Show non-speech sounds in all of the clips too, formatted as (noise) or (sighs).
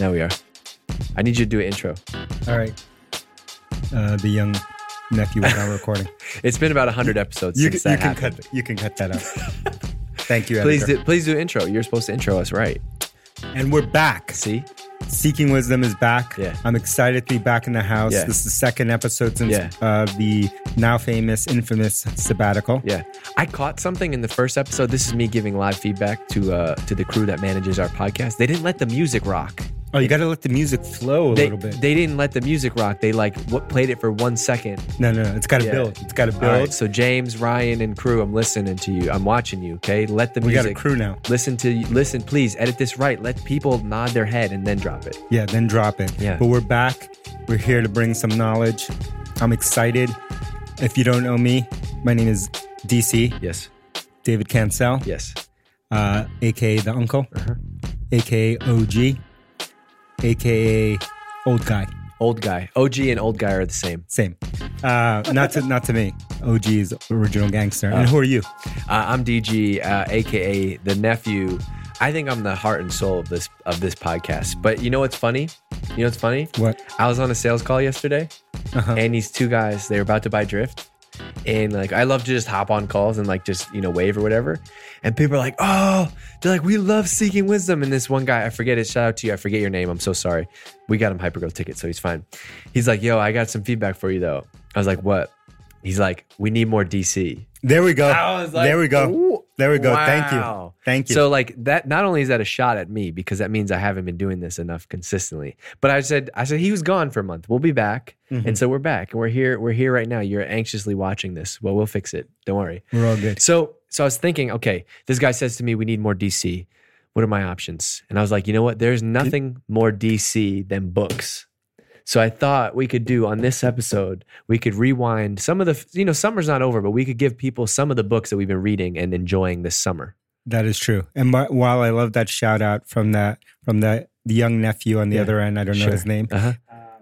Now we are. I need you to do an intro. All right. Uh, the young nephew is now recording. (laughs) It's been about 100 episodes you since can, you that can happened. cut you can (laughs) cut that out. Thank you, Please editor. do, please do intro. You're supposed to intro us right. And we're back. See? Seeking Wisdom is back. Yeah. I'm excited to be back in the house. Yeah. This is the second episode since Yeah. uh, the now famous, infamous sabbatical. Yeah. I caught something in the first episode. This is me giving live feedback to uh, to the crew that manages our podcast. They didn't let the music rock. Oh, you got to let the music flow a They, little bit. they didn't let the music rock. They like what played it for one second. no, no, no. It's got to Yeah. build. It's got to build. All right, so James, Ryan, and crew, I'm listening to you. I'm watching you. Okay, let the we got music. a crew now. Listen to listen. Please edit this right. Let people nod their head and then drop it. Yeah, then drop it. Yeah. But we're back. We're here to bring some knowledge. I'm excited. If you don't know me, my name is DC, Yes, David Cancel, yes. uh, aka the uncle, Uh-huh. aka OG, aka old guy. Old guy, OG, and old guy are the same. Same. Uh, not to not to me. OG is original gangster. and who are you? Uh, I'm DG, uh, aka the nephew. I think I'm the heart and soul of this of this podcast. But you know what's funny? You know what's funny? What? I was on a sales call yesterday, Uh-huh. and these two guys they were about to buy drift, and like I love to just hop on calls and like just you know wave or whatever, and people are like, oh, they're like, we love seeking wisdom. And this one guy, I forget it. Shout out to you. I forget your name. I'm so sorry. We got him hypergrowth ticket, so he's fine. He's like, yo, I got some feedback for you though. I was like, what? He's like, we need more DC. There we (laughs) go. I was like, there we go. "Ooh, There we go. Thank wow." you. Thank you. So like that not only is that a shot at me because that means I haven't been doing this enough consistently. But I said I said he was gone for a month. We'll be back. Mhm. And so we're back and we're here we're here right now. You're anxiously watching this. Well, we'll fix it. Don't worry. we're all good. So so I was thinking, okay, this guy says to me we need more DC. What are my options? And I was like, you know what? There's nothing more DC than books. So I thought we could do on this episode, we could rewind some of the, you know, summer's not over, but we could give people some of the books that we've been reading and enjoying this summer. That is true. And my, while I love that shout out from that from the the young nephew on the Yeah, other end, I don't sure. know his name. Uh-huh.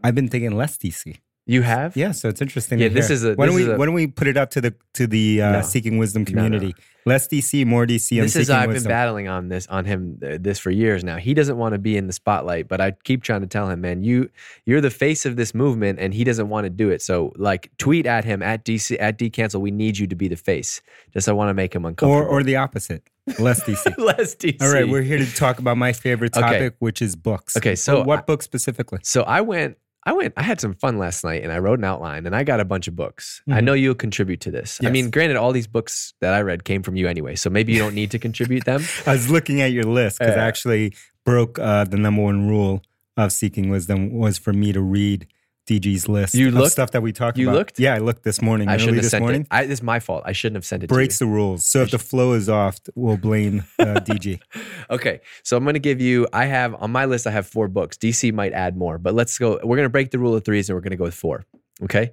I've been thinking less DC. You have? Yeah, so it's interesting. Yeah, to this hear. is a- Why this don't we is a- why don't we put it out to the to the uh, No. Seeking Wisdom no. community? Less DC, more DC. on This is Seeking I've been Wisdom. battling on this on him uh, this for years now. He doesn't want to be in the spotlight, but I keep trying to tell him, man, you you're the face of this movement, and he doesn't want to do it. So like, tweet at him at DC at Cancel. We need you to be the face. Just I want to make him or uncomfortable. (laughs) or the opposite, less DC. less DC. All right, we're here to talk about my favorite Okay. topic, which is books. Okay, so what book specifically? So I went, I went, I had some fun last night and I wrote an outline and I got a bunch of books. I Mhm. know you'll contribute to this. I Yes. mean, granted, all these books that I read came from you anyway, so maybe you don't need to contribute (laughs) them. I was looking at your list because Uh, I actually broke uh, the number one rule of seeking wisdom was for me to read DG's list. You of looked? stuff that we talked You about. looked? Yeah, I looked this morning. I early shouldn't have this sent morning. it. I, this is my fault. I shouldn't have sent it. Breaks to the rules. So if the flow is off, we'll blame uh, (laughs) DG. you. Okay, so I'm going to give you. I have on my list. I have four books. DC might add more, but let's go. We're going to break the rule of threes and we're going to go with four. Okay.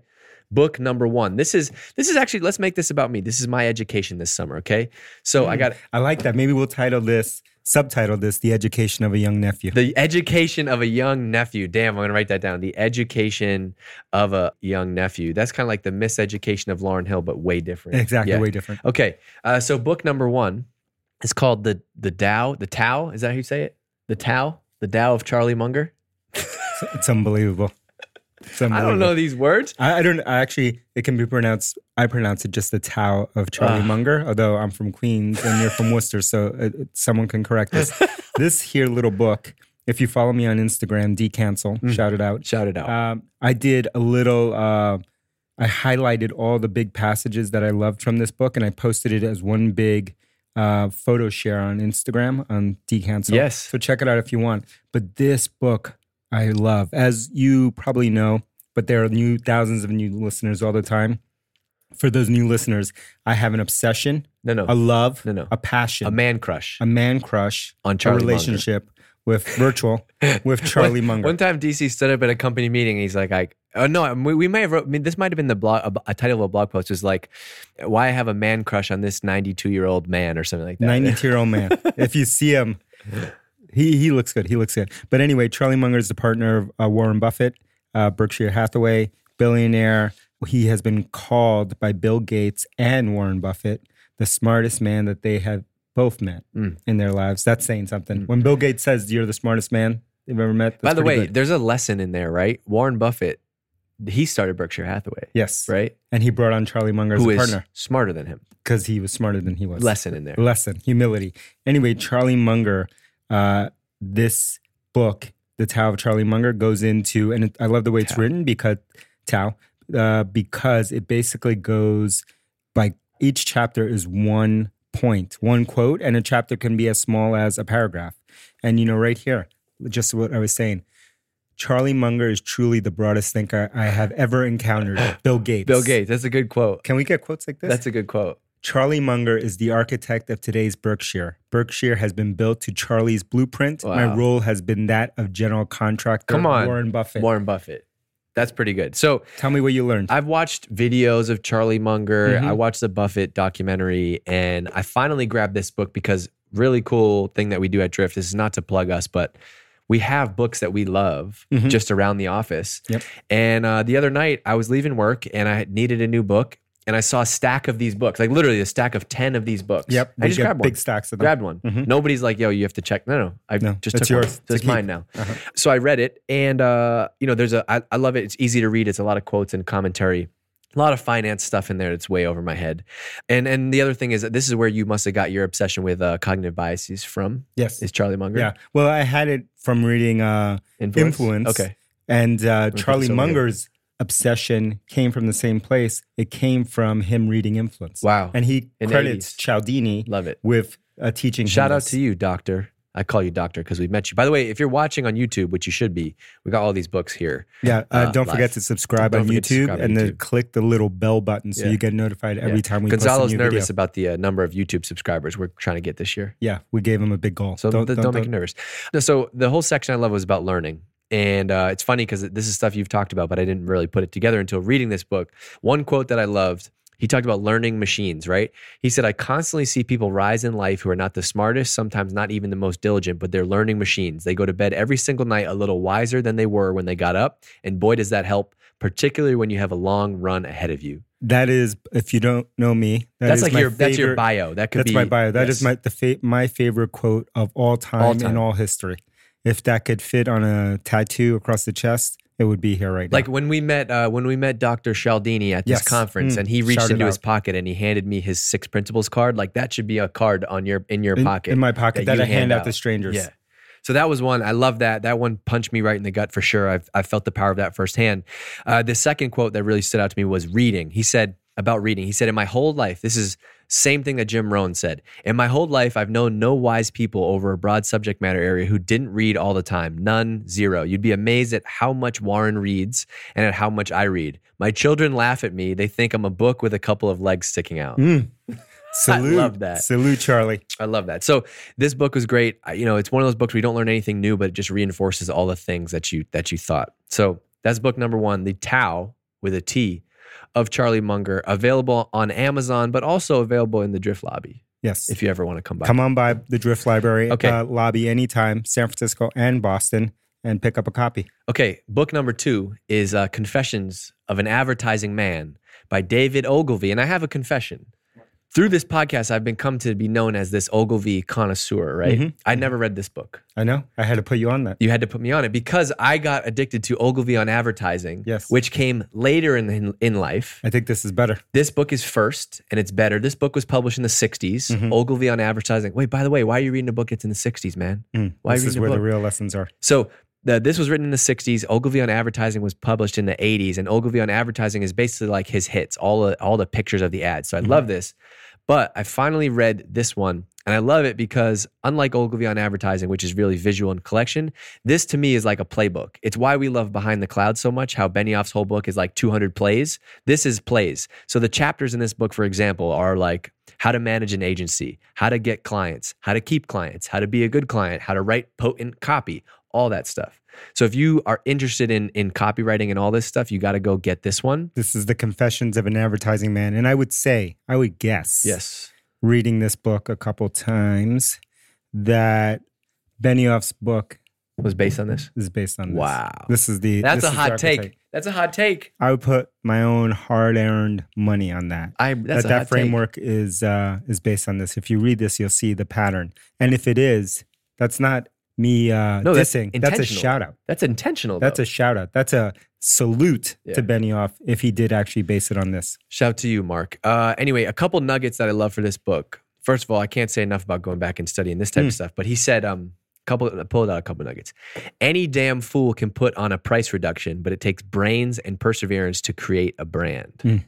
Book number one. This is this is actually. Let's make this about me. This is my education this summer. Okay. So I got I like that. Maybe we'll title this, subtitle this, "The Education of a Young Nephew." The education of a young nephew. Damn, I'm gonna write that down. The education of a young nephew. That's kind of like the miseducation of Lauren Hill, but way different. exactly. Yeah. Way different. Okay. Uh, so book number one is called the the Tao. The Tao. Is that how you say it? The Tao. The Tao of Charlie Munger. It's unbelievable. It's I unbelievable. don't know these words. I, I don't. I actually, it can be pronounced. I pronounce it just the Tao of Charlie Ah. Munger. Although I'm from Queens and you're from Worcester, so uh, uh, someone can (laughs) correct us. this here little book. If you follow me on Instagram, decancel, Mm. shout it out. Shout it out. Um, I did a little. Uh, I highlighted all the big passages that I loved from this book, and I posted it as one big uh, photo share on Instagram on decancel. yes. So check it out if you want. But this book I love, as you probably know, but there are new thousands of new listeners all the time. For those new listeners, I have an obsession, No, no, a love, no, no. a passion, A man crush a man crush, on Charlie a Munger. relationship with (laughs) virtual with Charlie one, Munger. One time, DC stood up at a company meeting, and he's like, "I." Oh no! I- We, we may have wrote. I mean, this might have been the blog. A, a title of a blog post is like, "Why I have a man crush on this 92 year old man" or something like that. 92 year (laughs) old man. if you see him, he, he looks good. He looks good. But anyway, Charlie Munger is the partner of uh, Warren Buffett, uh, Berkshire Hathaway, billionaire. He has been called by Bill Gates and Warren Buffett the smartest man that they have both met Mm. in their lives. That's saying something. Mm. When Bill Gates says you're the smartest man you've ever met. By That's the pretty way, good. there's a lesson in there, right? Warren Buffett, he started Berkshire Hathaway, yes, right? and he brought on Charlie Munger as Who a is partner smarter than him? because he was smarter than he was. Lesson in there. lesson humility anyway charlie munger uh this book the tao of charlie munger goes into and it, i love the way it's Tao. written because tao uh, because it basically goes like each chapter is one point one quote and a chapter can be as small as a paragraph and you know right here just what i was saying charlie munger is truly the broadest thinker i have ever (gasps) encountered bill gates Bill Gates. That's a good quote. can we get quotes like this That's a good quote. Charlie Munger is the architect of today's Berkshire. Berkshire has been built to Charlie's blueprint. My Wow. role has been that of general contractor Come on, Warren Buffett. Warren Buffett. That's pretty good. So Tell me what you learned. I've watched videos of Charlie Munger. Mhm. I watched the Buffett documentary, and I finally grabbed this book because really cool thing that we do at Drift. This is not to plug us, but we have books that we love Mhm. just around the office. Yep. And uh, the other night, I was leaving work and I needed a new book, and I saw a stack of these books, like literally a stack of ten of these books. yep, I we just get grabbed one big stacks of them. grabbed one. Mhm. Nobody's like, yo, you have to check. No, no, I No, just took that's yours. One. yours. It's a So it's keep. mine now. Uh-huh. So I read it, and uh, you know, there's a I, I love it. It's easy to read. It's a lot of quotes and commentary. A lot of finance stuff in there that's way over my head. And and the other thing is that this is where you must have got your obsession with uh, cognitive biases from yes. is Charlie Munger. Yeah. Well, I had it from reading, uh, Influence. Okay. and uh, Charlie so good. Munger's obsession came from the same place. It came from him reading Influence. Wow. And he In the credits 80s. Cialdini love it. with uh, teaching. Shout him out this. to you, Doctor. I call you Doctor because we met you. By the way, if you're watching on YouTube, which you should be, we got all these books here. Yeah, uh, uh, don't forget live. to subscribe Don't on forget to YouTube subscribe on and then YouTube. click the little bell button so Yeah. you get notified every Yeah. time we Gonzalo's post a new nervous video. about the uh, number of YouTube subscribers we're trying to get this year. Yeah, we gave him a big goal. So don't, don't, make it nervous. No, so the whole section I love was about learning. And uh, it's funny because this is stuff you've talked about, but I didn't really put it together until reading this book. One quote that I loved, he talked about learning machines, right? He said, I constantly see people rise in life who are not the smartest, sometimes not even the most diligent, but they're learning machines. They go to bed every single night a little wiser than they were when they got up. And boy, does that help, particularly when you have a long run ahead of you. That is, if you don't know me, that that's is like my your that's your favorite- bio. That could That's be my bio. That is yes. my the fa- my favorite quote of all time, All time. in all history. If that could fit on a tattoo across the chest, it would be here right Like now. when we met, uh, when we met Dr. Cialdini at this Yes. conference, Mm. and he reached Shout it into his out. pocket and he handed me his six principles card. Like that should be a card on your in your in, pocket. in my pocket that, you I hand hand out to out. strangers. yeah. So that was one. I love that. That one punched me right in the gut for sure. I've, I felt the power of that firsthand. Uh, the second quote that really stood out to me was reading. He said about reading. He said, "In my whole life, this is same thing that Jim Rohn said. In my whole life, I've known no wise people over a broad subject matter area who didn't read all the time. None, zero. You'd be amazed at how much Warren reads and at how much I read. My children laugh at me. They think I'm a book with a couple of legs sticking out. Mm. Salute, love that. salute, Charlie. I love that. So this book was great. I- You know, it's one of those books where you don't learn anything new, but it just reinforces all the things that you that you thought. So that's book number one, the Tao with a T of Charlie Munger, available on Amazon, but also available in the Drift Lobby Yes, if you ever want to come by. Come on by the Drift Library Okay. uh, lobby anytime, San Francisco and Boston, and pick up a copy. Okay, book number two is uh, Confessions of an Advertising Man by David Ogilvy, and I have a confession. Through this podcast, I've been come to be known as this Ogilvy connoisseur. Right? Mhm. I never read this book. I know. I had to put you on that. you had to put me on it because I got addicted to Ogilvy on advertising, Yes. which came later in, in in life. I think this is better. This book is first and it's better. This book was published in the 60s. Ogilvy on advertising. Wait, by the way, why are you reading a book that's in the 60s, man? Mm, Why this read is the where the book? real lessons are. So the, this was written in the 60s. Ogilvy on Advertising was published in the 80s, and Ogilvy on Advertising is basically like his hits, all the, all the pictures of the ads. So I love this. But I finally read this one, and I love it because unlike Ogilvy on Advertising, which is really visual and collection, this to me is like a playbook. It's why we love Behind the Cloud so much, how Benioff's whole book is like 200 plays. This is plays. So the chapters in this book, for example, are like how to manage an agency, how to get clients, how to keep clients, how to be a good client, how to write potent copy, all that stuff. So if you are interested in in copywriting and all this stuff, you got to go get this one. This is the Confessions of an Advertising Man, and I would say, I would guess, Yes. reading this book a couple times, that Benioff's book Was based on this. is based on. This. Wow. this is the. That's this a is the hot take. archetype. That's a hot take. I would put my own hard-earned money on that. I that's that a that hot framework is uh, is based on this. If you read this, you'll see the pattern, and if it is, that's not me uh, No, that's dissing. That's a intentional. shout out. That's intentional. That's though. a shout out. That's a salute Yeah. to Benioff if he did actually base it on this. Shout to you, Mark. Uh, anyway, a couple nuggets that I love for this book. First of all, I can't say enough about going back and studying this type Mm. of stuff. But he said, um, couple I pulled out a couple nuggets. Any damn fool can put on a price reduction, but it takes brains and perseverance to create a brand. Mm.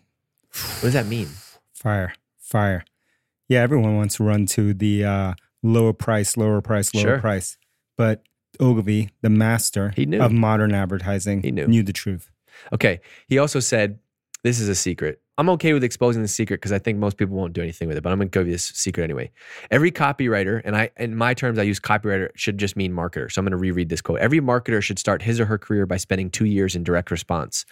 What does that mean? Fire, fire. Yeah, everyone wants to run to the uh, lower price, lower price, lower Sure. price. But Ogilvy, the master He knew. of modern advertising, He knew. the truth. Okay. He also said, This is a secret. I'm okay with exposing the secret because I think most people won't do anything with it, but I'm gonna give you this secret anyway. Every copywriter, and I in my terms I use copywriter should just mean marketer. So I'm gonna reread this quote. Every marketer should start his or her career by spending two years in direct response.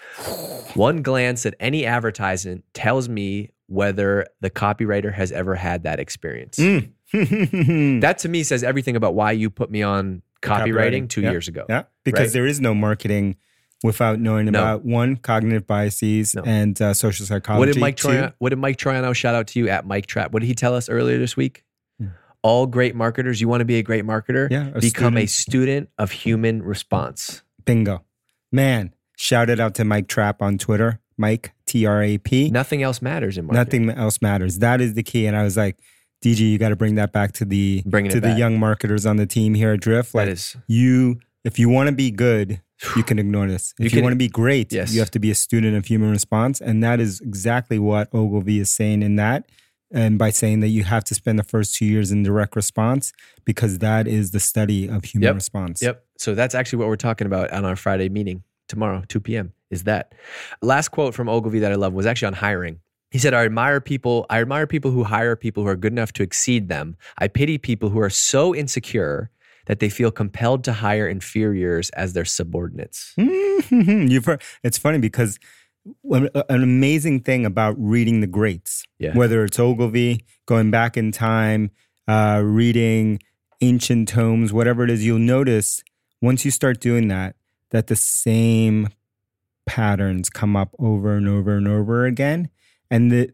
One glance at any advertisement tells me whether the copywriter has ever had that experience. (laughs) Mm. That to me says everything about why you put me on copywriting, Copywriting, two yeah, years ago. yeah, because Right. there is no marketing without knowing No. about one cognitive biases No. and uh, social psychology. What did Mike Two, Troiano, what did Mike Troiano shout out to you at Mike Trap? What did he tell us earlier this week? Hmm. All great marketers, you want to be a great marketer? Yeah, a become a student. student of human response. bingo, man! Shout it out to Mike Trap on Twitter, Mike T R A P. Nothing else matters in marketing. Nothing else matters. That is the key. And I was like, DG, you got to bring that back to the Bringing to it the back. young marketers on the team here at Drift. Like that is you, if you want to be good, you can ignore this. You If you, can- want to be great, Yes. you have to be a student of human response, and that is exactly what Ogilvy is saying in that. And by saying that you have to spend the first two years in direct response because that is the study of human Yep. response. Yep. So that's actually what we're talking about on our Friday meeting tomorrow, 2 p.m. Is that last quote from Ogilvy that I love was actually on hiring. He said, I admire people, I admire people who hire people who are good enough to exceed them. I pity people who are so insecure that they feel compelled to hire inferiors as their subordinates. Mhm. You've heard, it's funny because one- an amazing thing about reading the greats, Yeah. whether it's Ogilvy, going back in time, uh, reading ancient tomes, whatever it is, you'll notice once you start doing that, that the same patterns come up over and over and over again. And the,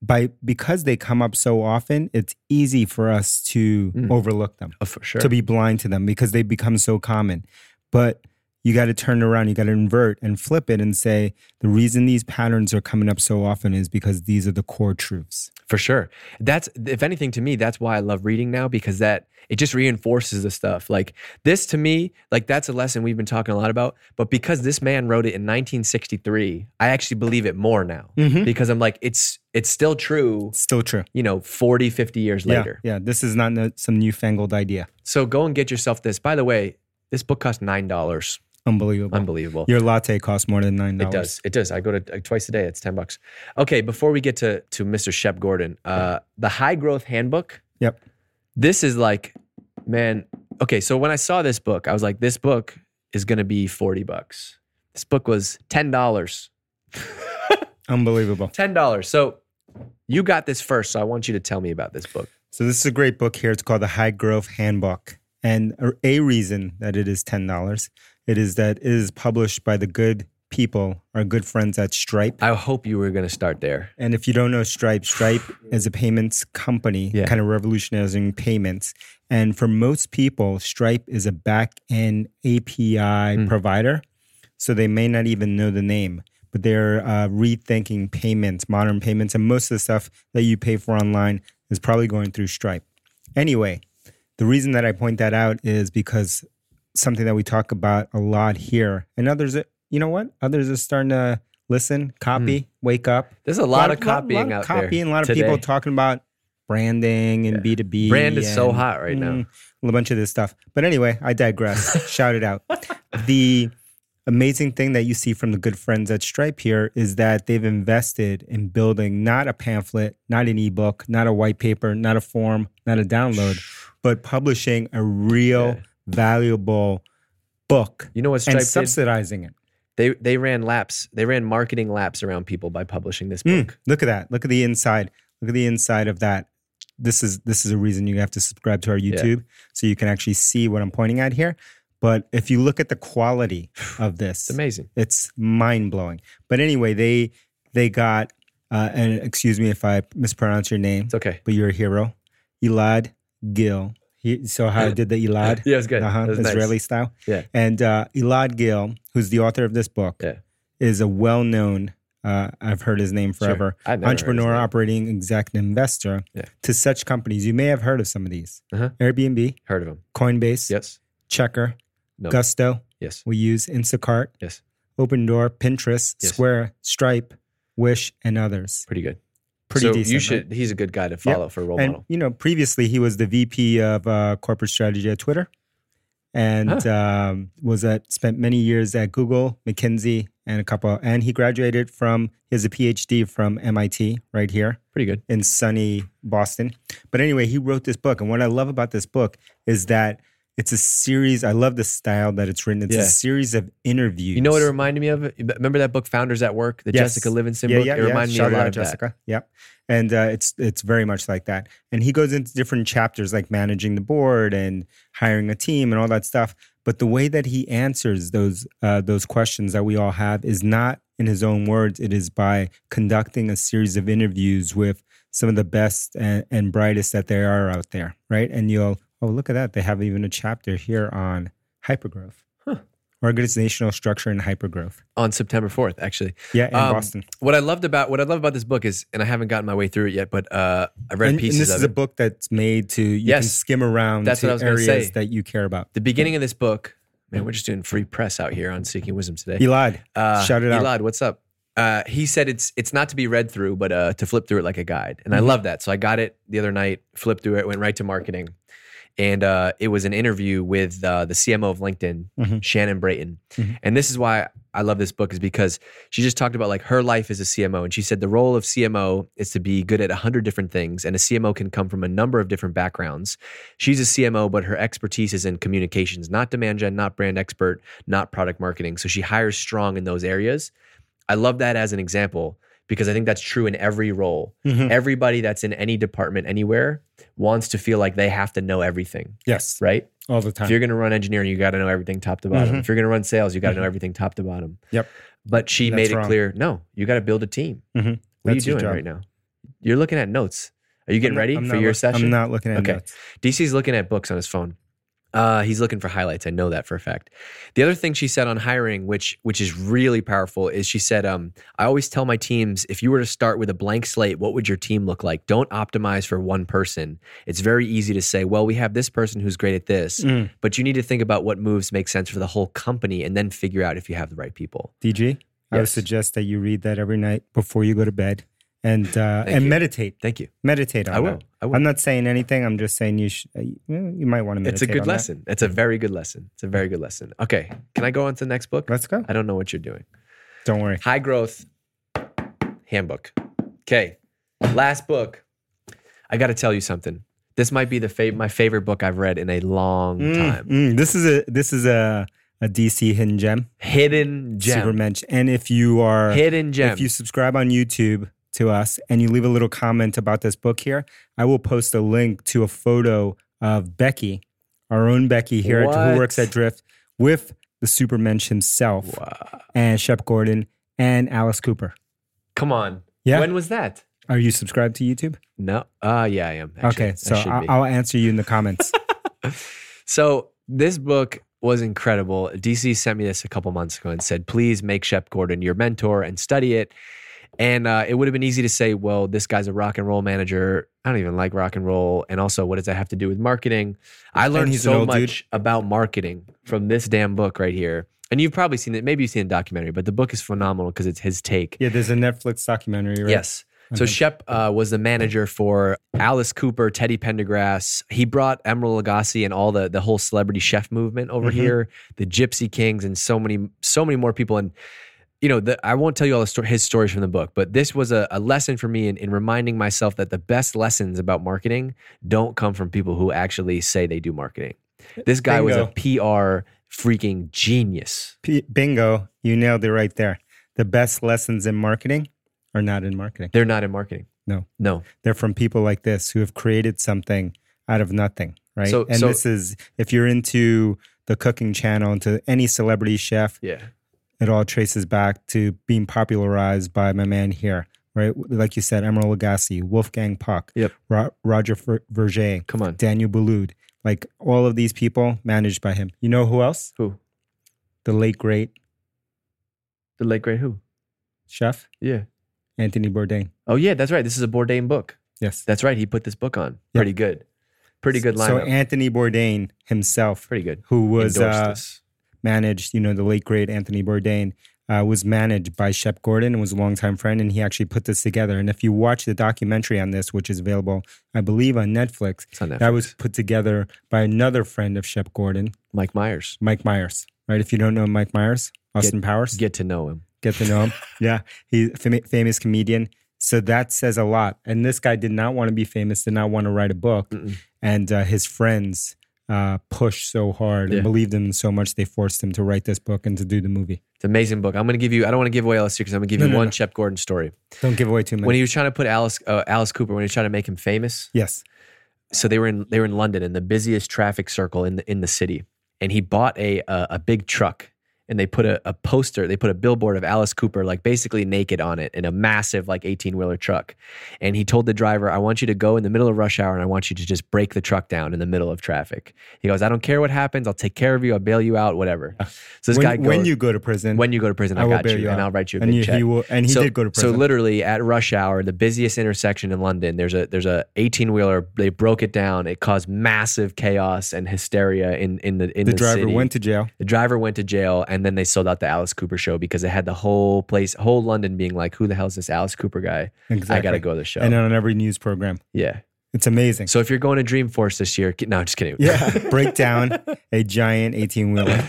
by because they come up so often, it's easy for us to Mm. overlook them Oh, for sure. to be blind to them because they become so common. But you got to turn around, you got to invert and flip it and say the reason these patterns are coming up so often is because these are the core truths. For sure. That's if anything to me, that's why I love reading now because that it just reinforces the stuff. Like this to me, like that's a lesson we've been talking a lot about, but because this man wrote it in 1963, I actually believe it more now Mhm. because I'm like it's it's still true, It's still true. you know, 40, 50 years later. Yeah, yeah. This is not no- some newfangled idea. So go and get yourself this. By the way, this book costs $9. Unbelievable. Unbelievable. Your latte costs more than nine It dollars. does. It does. I go to uh, twice a day. It's 10 bucks. Okay, before we get to to Mr. Shep Gordon, uh the high growth handbook Yep. this is like, man, okay, so when I saw this book, I was like, this book is gonna be 40 bucks. This book was $10. Unbelievable. $10. So you got this first, so I want you to tell me about this book. So this is a great book here. It's called The High Growth Handbook. And a reason that it is $10, it is that it is published by the good people, our good friends at Stripe. I hope you were gonna start there. And if you don't know Stripe, Stripe is a payments company, Yeah. kind of revolutionizing payments. And for most people, Stripe is a back end API provider. So they may not even know the name, but they're uh, rethinking payments, modern payments. And most of the stuff that you pay for online is probably going through Stripe. Anyway, the reason that I point that out is because something that we talk about a lot here, and others, you know what? Others are starting to listen, copy, wake up There's a lot, of copying lot of out there. copying, a lot of people today. talking about branding and B2B. Brand is so and, hot right now. mm, A bunch of this stuff. But anyway, (laughs) I digress. Shout it out. The amazing thing that you see from the good friends at Stripe here is that they've invested in building not a pamphlet, not an ebook, not a white paper, not a form, not a download, but publishing a real Yeah. valuable book You know what Stripe and subsidizing did? it. They they ran laps. They ran marketing laps around people by publishing this book. Mm, look at that. Look at the inside. Look at the inside of that. This is this is a reason you have to subscribe to our Yeah. YouTube so you can actually see what I'm pointing at here. But if you look at the (sighs) quality of this, It's amazing. it's mind blowing. But anyway, they they got uh, and excuse me if I mispronounce your name, It's okay. but you're a hero, Elad Gill. He, so (laughs) how I did the Elad, Yeah, it was good. uh-huh, It was nice. Israeli style. Yeah. And uh, Elad Gil, who's the author of this book, Yeah. is a well-known. Uh, I've heard his name Sure. forever. I've never heard his Entrepreneur, name. operating exec, and investor Yeah. to such companies. You may have heard of some of these: Uh-huh. Airbnb, Heard of him? Coinbase, Yes. Checker, No. Gusto. Yes. We use Instacart, Yes. Open Door, Pinterest, Yes. Square, Stripe, Wish, and others. Pretty good. Pretty so decent. You right? should. He's a good guy to follow for a role and model. you know, previously he was the VP of uh, corporate strategy at Twitter, and um, was at spent many years at Google, McKinsey, and a couple. And he graduated from he has a PhD from MIT right here Pretty good. in sunny Boston. But anyway, he wrote this book, and what I love about this book is that. It's a series. I love the style that it's written. It's Yeah. a series of interviews. You know what it reminded me of? Remember that book, Founders at Work, the Yes. Jessica Livingston book? it reminded Shout me a out lot of Jessica. Yep. And uh, it's it's very much like that. And he goes into different chapters like managing the board and hiring a team and all that stuff. But the way that he answers those uh, those questions that we all have is not in his own words. It is by conducting a series of interviews with some of the best and, and brightest that there are out there, right? And you'll oh look at that they have even a chapter here on hypergrowth, Huh. organizational structure and hypergrowth. that on September 4th, actually. Yeah, in Um, Boston. What I loved about what I love about this book is, and I haven't gotten my way through it yet, but uh, I read and, and pieces this of is it. a book that's made to you can Yes. skim around That's to what I was gonna areas say. that you care about. the beginning of this book, man, we're just doing free press out here on Seeking Wisdom today. Elad, Uh, Shout it out. Elad, what's up? Uh, he said it's it's not to be read through, but uh, to flip through it like a guide, and I Mhm. love that. So I got it the other night, flipped through it, went right to marketing, and uh, it was an interview with uh, the CMO of LinkedIn, Mhm. Shannon Brayton, Mhm. and this is why I love this book is because she just talked about like her life as a CMO, and she said the role of CMO is to be good at a hundred different things, and a CMO can come from a number of different backgrounds. She's a CMO, but her expertise is in communications, not demand gen, not brand expert, not product marketing. So she hires strong in those areas. I love that as an example because I think that's true in every role. Mhm. Everybody that's in any department anywhere wants to feel like they have to know everything, yes, right? all the If time. you're going to run engineering, you got to know everything top to bottom. Mhm. If you're going to run sales, you got to know Mhm. everything top to bottom. Yep. But she That's made it wrong. clear no, you got to build a team. Mhm. What That's are you your doing job. right now? You're looking at notes. Are you I'm getting not- ready I'm for not your look- session? I'm not looking at Okay. notes. DC's looking at books on his phone. Uh, he's looking for highlights. I know that for a fact. The other thing she said on hiring, which which is really powerful, is she said, um, "I always tell my teams if you were to start with a blank slate, what would your team look like? Don't optimize for one person. It's very easy to say, well, we have this person who's great at this, Mm. but you need to think about what moves make sense for the whole company, and then figure out if you have the right people. DG, I would Yes. suggest that you read that every night before you go to bed, and uh, Thank and you. meditate. Thank you. Meditate on I that. will. I will. I'm not saying anything. I'm just saying you sh- uh, you you might want to It's meditate. a good on that. lesson. It's a very good lesson. It's a very good lesson. Okay, can I go on to the next book? Let's go. I don't know what you're doing. Don't worry. High Growth Handbook. Okay, last book. I got to tell you something. This might be the fa- my favorite book I've read in a long Mm, time. mm. This is a this is a a DC hidden gem, Hidden gem. super mensch. And if you are Hidden gem. If you subscribe on YouTube to us and you leave a little comment about this book here, I will post a link to a photo of Becky, our own Becky here at- What? who works at Drift with the Supermensch himself Wow. and Shep Gordon and Alice Cooper. Come on. Yeah. When was that? Are you subscribed to YouTube? No. Uh, yeah, I am. Actually. okay, I so should I be. I'll answer you in the comments. So this book was incredible. DC sent me this a couple months ago and said, please make Shep Gordon your mentor and study it. And uh, it would have been easy to say, well, this guy's a rock and roll manager. I don't even like rock and roll. And also, what does that have to do with marketing? I learned he's an so old much dude. about marketing from this damn book right here. And you've probably seen it. Maybe you've seen the documentary, but the book is phenomenal because it's his take. yeah, there's a Netflix documentary, right? Yes. So Shep uh, was the manager for Alice Cooper, Teddy Pendergrass. He brought Emeril Lagasse and all the the whole celebrity chef movement over Mhm. here, the Gypsy Kings, and so many so many more people. And you know, the, I won't tell you all the sto- his stories from the book, but this was a, a lesson for me in, in reminding myself that the best lessons about marketing don't come from people who actually say they do marketing. This guy Bingo. was a PR freaking genius. P- bingo, you nailed it right there. The best lessons in marketing are not in marketing. They're not in marketing. No. no. They're from people like this who have created something out of nothing, right? So- and so- this is if you're into the cooking channel, into any celebrity chef, Yeah. it all traces back to being popularized by my man here, right? Like you said, Emeril Lagasse, Wolfgang Puck, Yep. Ro- Roger Ver- Verger, Come on. Daniel Boulud, Like all of these people managed by him. You know who else? Who? The late great The late great who? chef Yeah. Anthony Bourdain. Oh yeah, that's right. This is a Bourdain book. Yes. That's right. He put this book on. Yeah. Pretty good. Pretty good So lineup. Anthony Bourdain himself, Pretty good. who was Endorsed uh, this. managed, you know, the late great Anthony Bourdain, uh, was managed by Shep Gordon and was a longtime friend, and he actually put this together. And if you watch the documentary on this, which is available, I believe, on Netflix, It's on Netflix. that was put together by another friend of Shep Gordon, Mike Myers. Mike Myers. Right? If you don't know Mike Myers, Austin Powers, Get to know him. get to (laughs) know him. yeah, he's a fam- famous comedian. So that says a lot. And this guy did not want to be famous, did not want to write a book. Mm-mm. And uh, his friends uh, pushed so hard Yeah. and believed in him so much, they forced him to write this book and to do the movie. It's an amazing book. I'm going to give you, I don't want to give away all the secrets. I'm going to give No, you no, one no. Shep Gordon story. Don't give away too much. When he was trying to put Alice, uh, Alice Cooper, when he was trying to make him famous, yes. so they were in they were in London in the busiest traffic circle in the in the city, and he bought a a, a big truck, and they put a, a poster, they put a billboard of Alice Cooper like basically naked on it in a massive like eighteen wheeler truck, and he told the driver, "I want you to go in the middle of rush hour, and I want you to just break the truck down in the middle of traffic." He goes, "I don't care what happens, I'll take care of you, I'll bail you out, (laughs) whatever." So this when, guy goes, when you go to prison, when you go to prison, I, I will got bail you, you and out. I'll write you a and big you, check. he will, and he so, did go to prison. So literally at rush hour, the busiest intersection in London, there's a there's a 18 wheeler. They broke it down. It caused massive chaos and hysteria in in the in the the, driver city. went to jail. the driver went to jail, and then they sold out the Alice Cooper show because it had the whole place, whole London being like, "Who the hell's this Alice Cooper guy? Exactly. I gotta go to the show." And uh, on every news program, yeah. it's amazing. (laughs) So if you're going to Dreamforce this year, no, I'm just kidding. (laughs) yeah, break down a giant eighteen wheeler.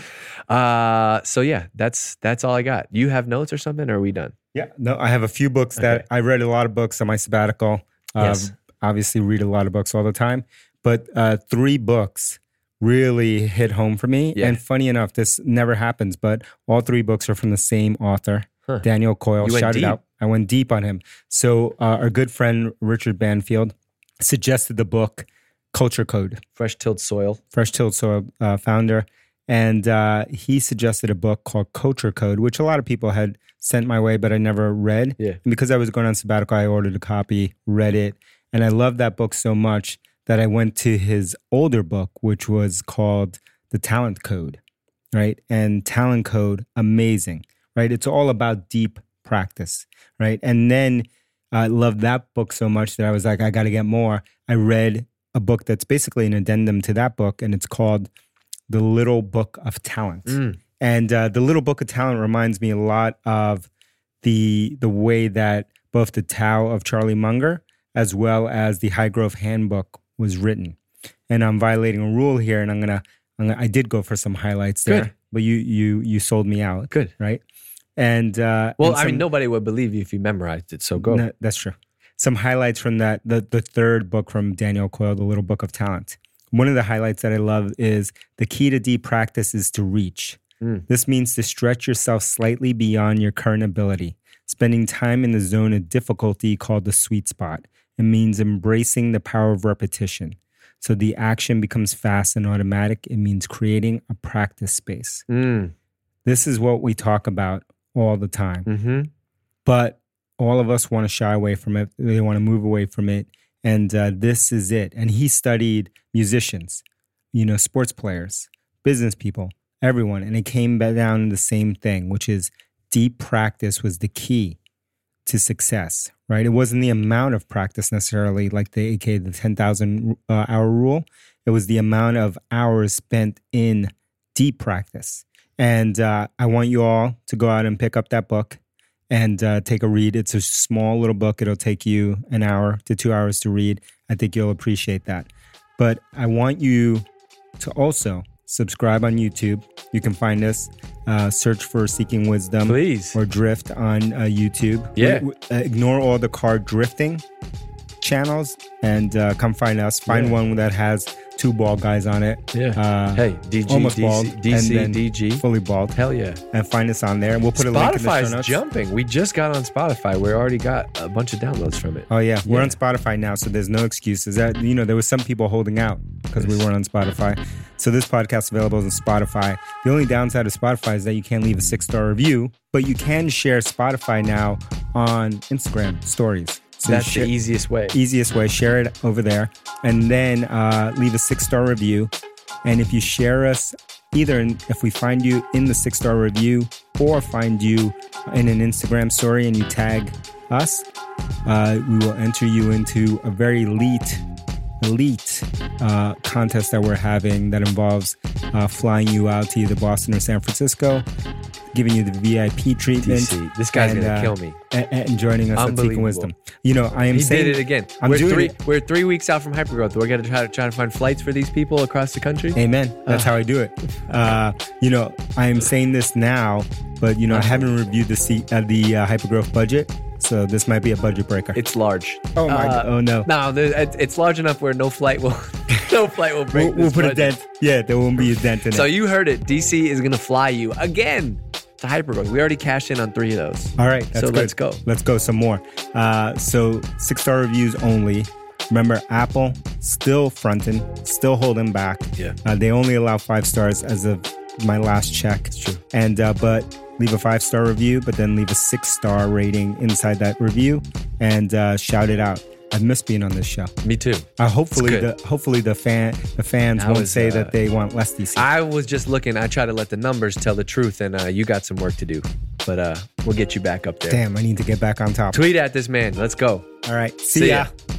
Uh, so yeah, that's that's all I got. You have notes or something? Or are we done? Yeah, no, I have a few books that Okay. I read a lot of books on my sabbatical. Uh, Yes. Obviously, read a lot of books all the time, but uh, three books really hit home for me. Yeah. And funny enough, this never happens, but all three books are from the same author, Huh. Daniel Coyle. You went Shout it deep. out. I went deep on him. So, uh, our good friend Richard Banfield suggested the book Culture Code. Fresh tilled soil. Fresh Tilt Soil uh, founder, and uh, he suggested a book called Culture Code, which a lot of people had sent my way, but I never read. Yeah. And because I was going on sabbatical, I ordered a copy, read it, and I loved that book so much that I went to his older book, which was called The Talent Code, right? And Talent Code, amazing, right? It's all about deep practice, right? And then uh, I loved that book so much that I was like, I got to get more. I read a book that's basically an addendum to that book, and it's called The Little Book of Talent. Mm. And uh, The Little Book of Talent reminds me a lot of the the way that both the Tao of Charlie Munger as well as the High Growth Handbook was written. And I'm violating a rule here, and I'm gonna, I'm gonna I did go for some highlights there, Good. but you you you sold me out, Good. right? And uh, Well, and I mean, some- nobody would believe you if you memorized it. So go. no, that's true. Some highlights from that the the third book from Daniel Coyle, The Little Book of Talent. One of the highlights that I love is the key to deep practice is to reach. Mm. This means to stretch yourself slightly beyond your current ability, spending time in the zone of difficulty called the sweet spot. It means embracing the power of repetition. So the action becomes fast and automatic. It means creating a practice space. Mm. This is what we talk about all the time Mm-hmm. but all of us want to shy away from it. They want to move away from it, and uh, this is it. And he studied musicians, you know, sports players, business people, everyone, and it came ba- down to the same thing, which is deep practice was the key to success. Right? It wasn't the amount of practice necessarily, like the AK the ten thousand uh, hour rule. It was the amount of hours spent in deep practice. And uh, I want you all to go out and pick up that book and uh, take a read. It's a small little book. It'll take you an hour to two hours to read. I think you'll appreciate that. But I want you to also subscribe on YouTube. You can find us. Uh, search for Seeking Wisdom Please. Um, or Drift on uh, YouTube. Yeah. We- we- uh, ignore all the car drifting channels and uh, come find us. Find Yeah. one that has two bald guys on it. Yeah. Uh, hey, DG, almost DC, bald. DC, and then DG. Fully bald. Hell yeah. And find us on there. And we'll put a link in the show Spotify's notes. jumping. We just got on Spotify. We already got a bunch of downloads from it. Oh yeah, we're Yeah. on Spotify now, so there's no excuses. That you know, there was some people holding out because we Yes. weren't on Spotify. So this podcast is available on Spotify. The only downside of Spotify is that you can't leave a six star review, but you can share Spotify now on Instagram stories. So That's share- the easiest way. easiest way. Share it over there, and then uh, leave a six star review. And if you share us, either in, if we find you in the six star review or find you in an Instagram story and you tag us, uh, we will enter you into a very elite, elite uh, contest that we're having that involves uh, flying you out to either Boston or San Francisco, giving you the VIP treatment. DC. This guy's and, gonna uh, kill me. and, and joining us at Seeking Unbelievable. Wisdom. You know, I am He saying did it again. I'm we're doing three. it. We're three weeks out from hypergrowth. We're gonna try to try to find flights for these people across the country. Amen. Ah. That's how I do it. Uh, you know, I am saying this now, but you know, I Uh-huh. haven't reviewed the C, uh, the uh, hypergrowth budget, so this might be a budget breaker. It's large. oh my! Uh, oh no! No, there- it- it's large enough where no flight will, (laughs) no flight will break. we'll, we'll this put a budget. dent. Yeah, there won't be a dent in So it. you heard it. DC is gonna fly you again to hypergrowth. We already cashed in on three of those. All right. That's So good. let's go. Let's go some more. Uh, so six star reviews only. Remember, Apple still fronting, still holding back. Yeah. Uh, they only allow five stars as of my last check. It's true. And uh, but leave a five star review, but then leave a six star rating inside that review and uh, shout it out. I miss being on this show. Me too. Uh, hopefully, It's the good. hopefully the fan the fans That won't was, say uh, that they want less DC. I was just looking. I try to let the numbers tell the truth, and uh, you got some work to do. But uh, we'll get you back up there. Damn, I need to get back on top. Tweet at this man. Let's go. All right, see, See ya. ya.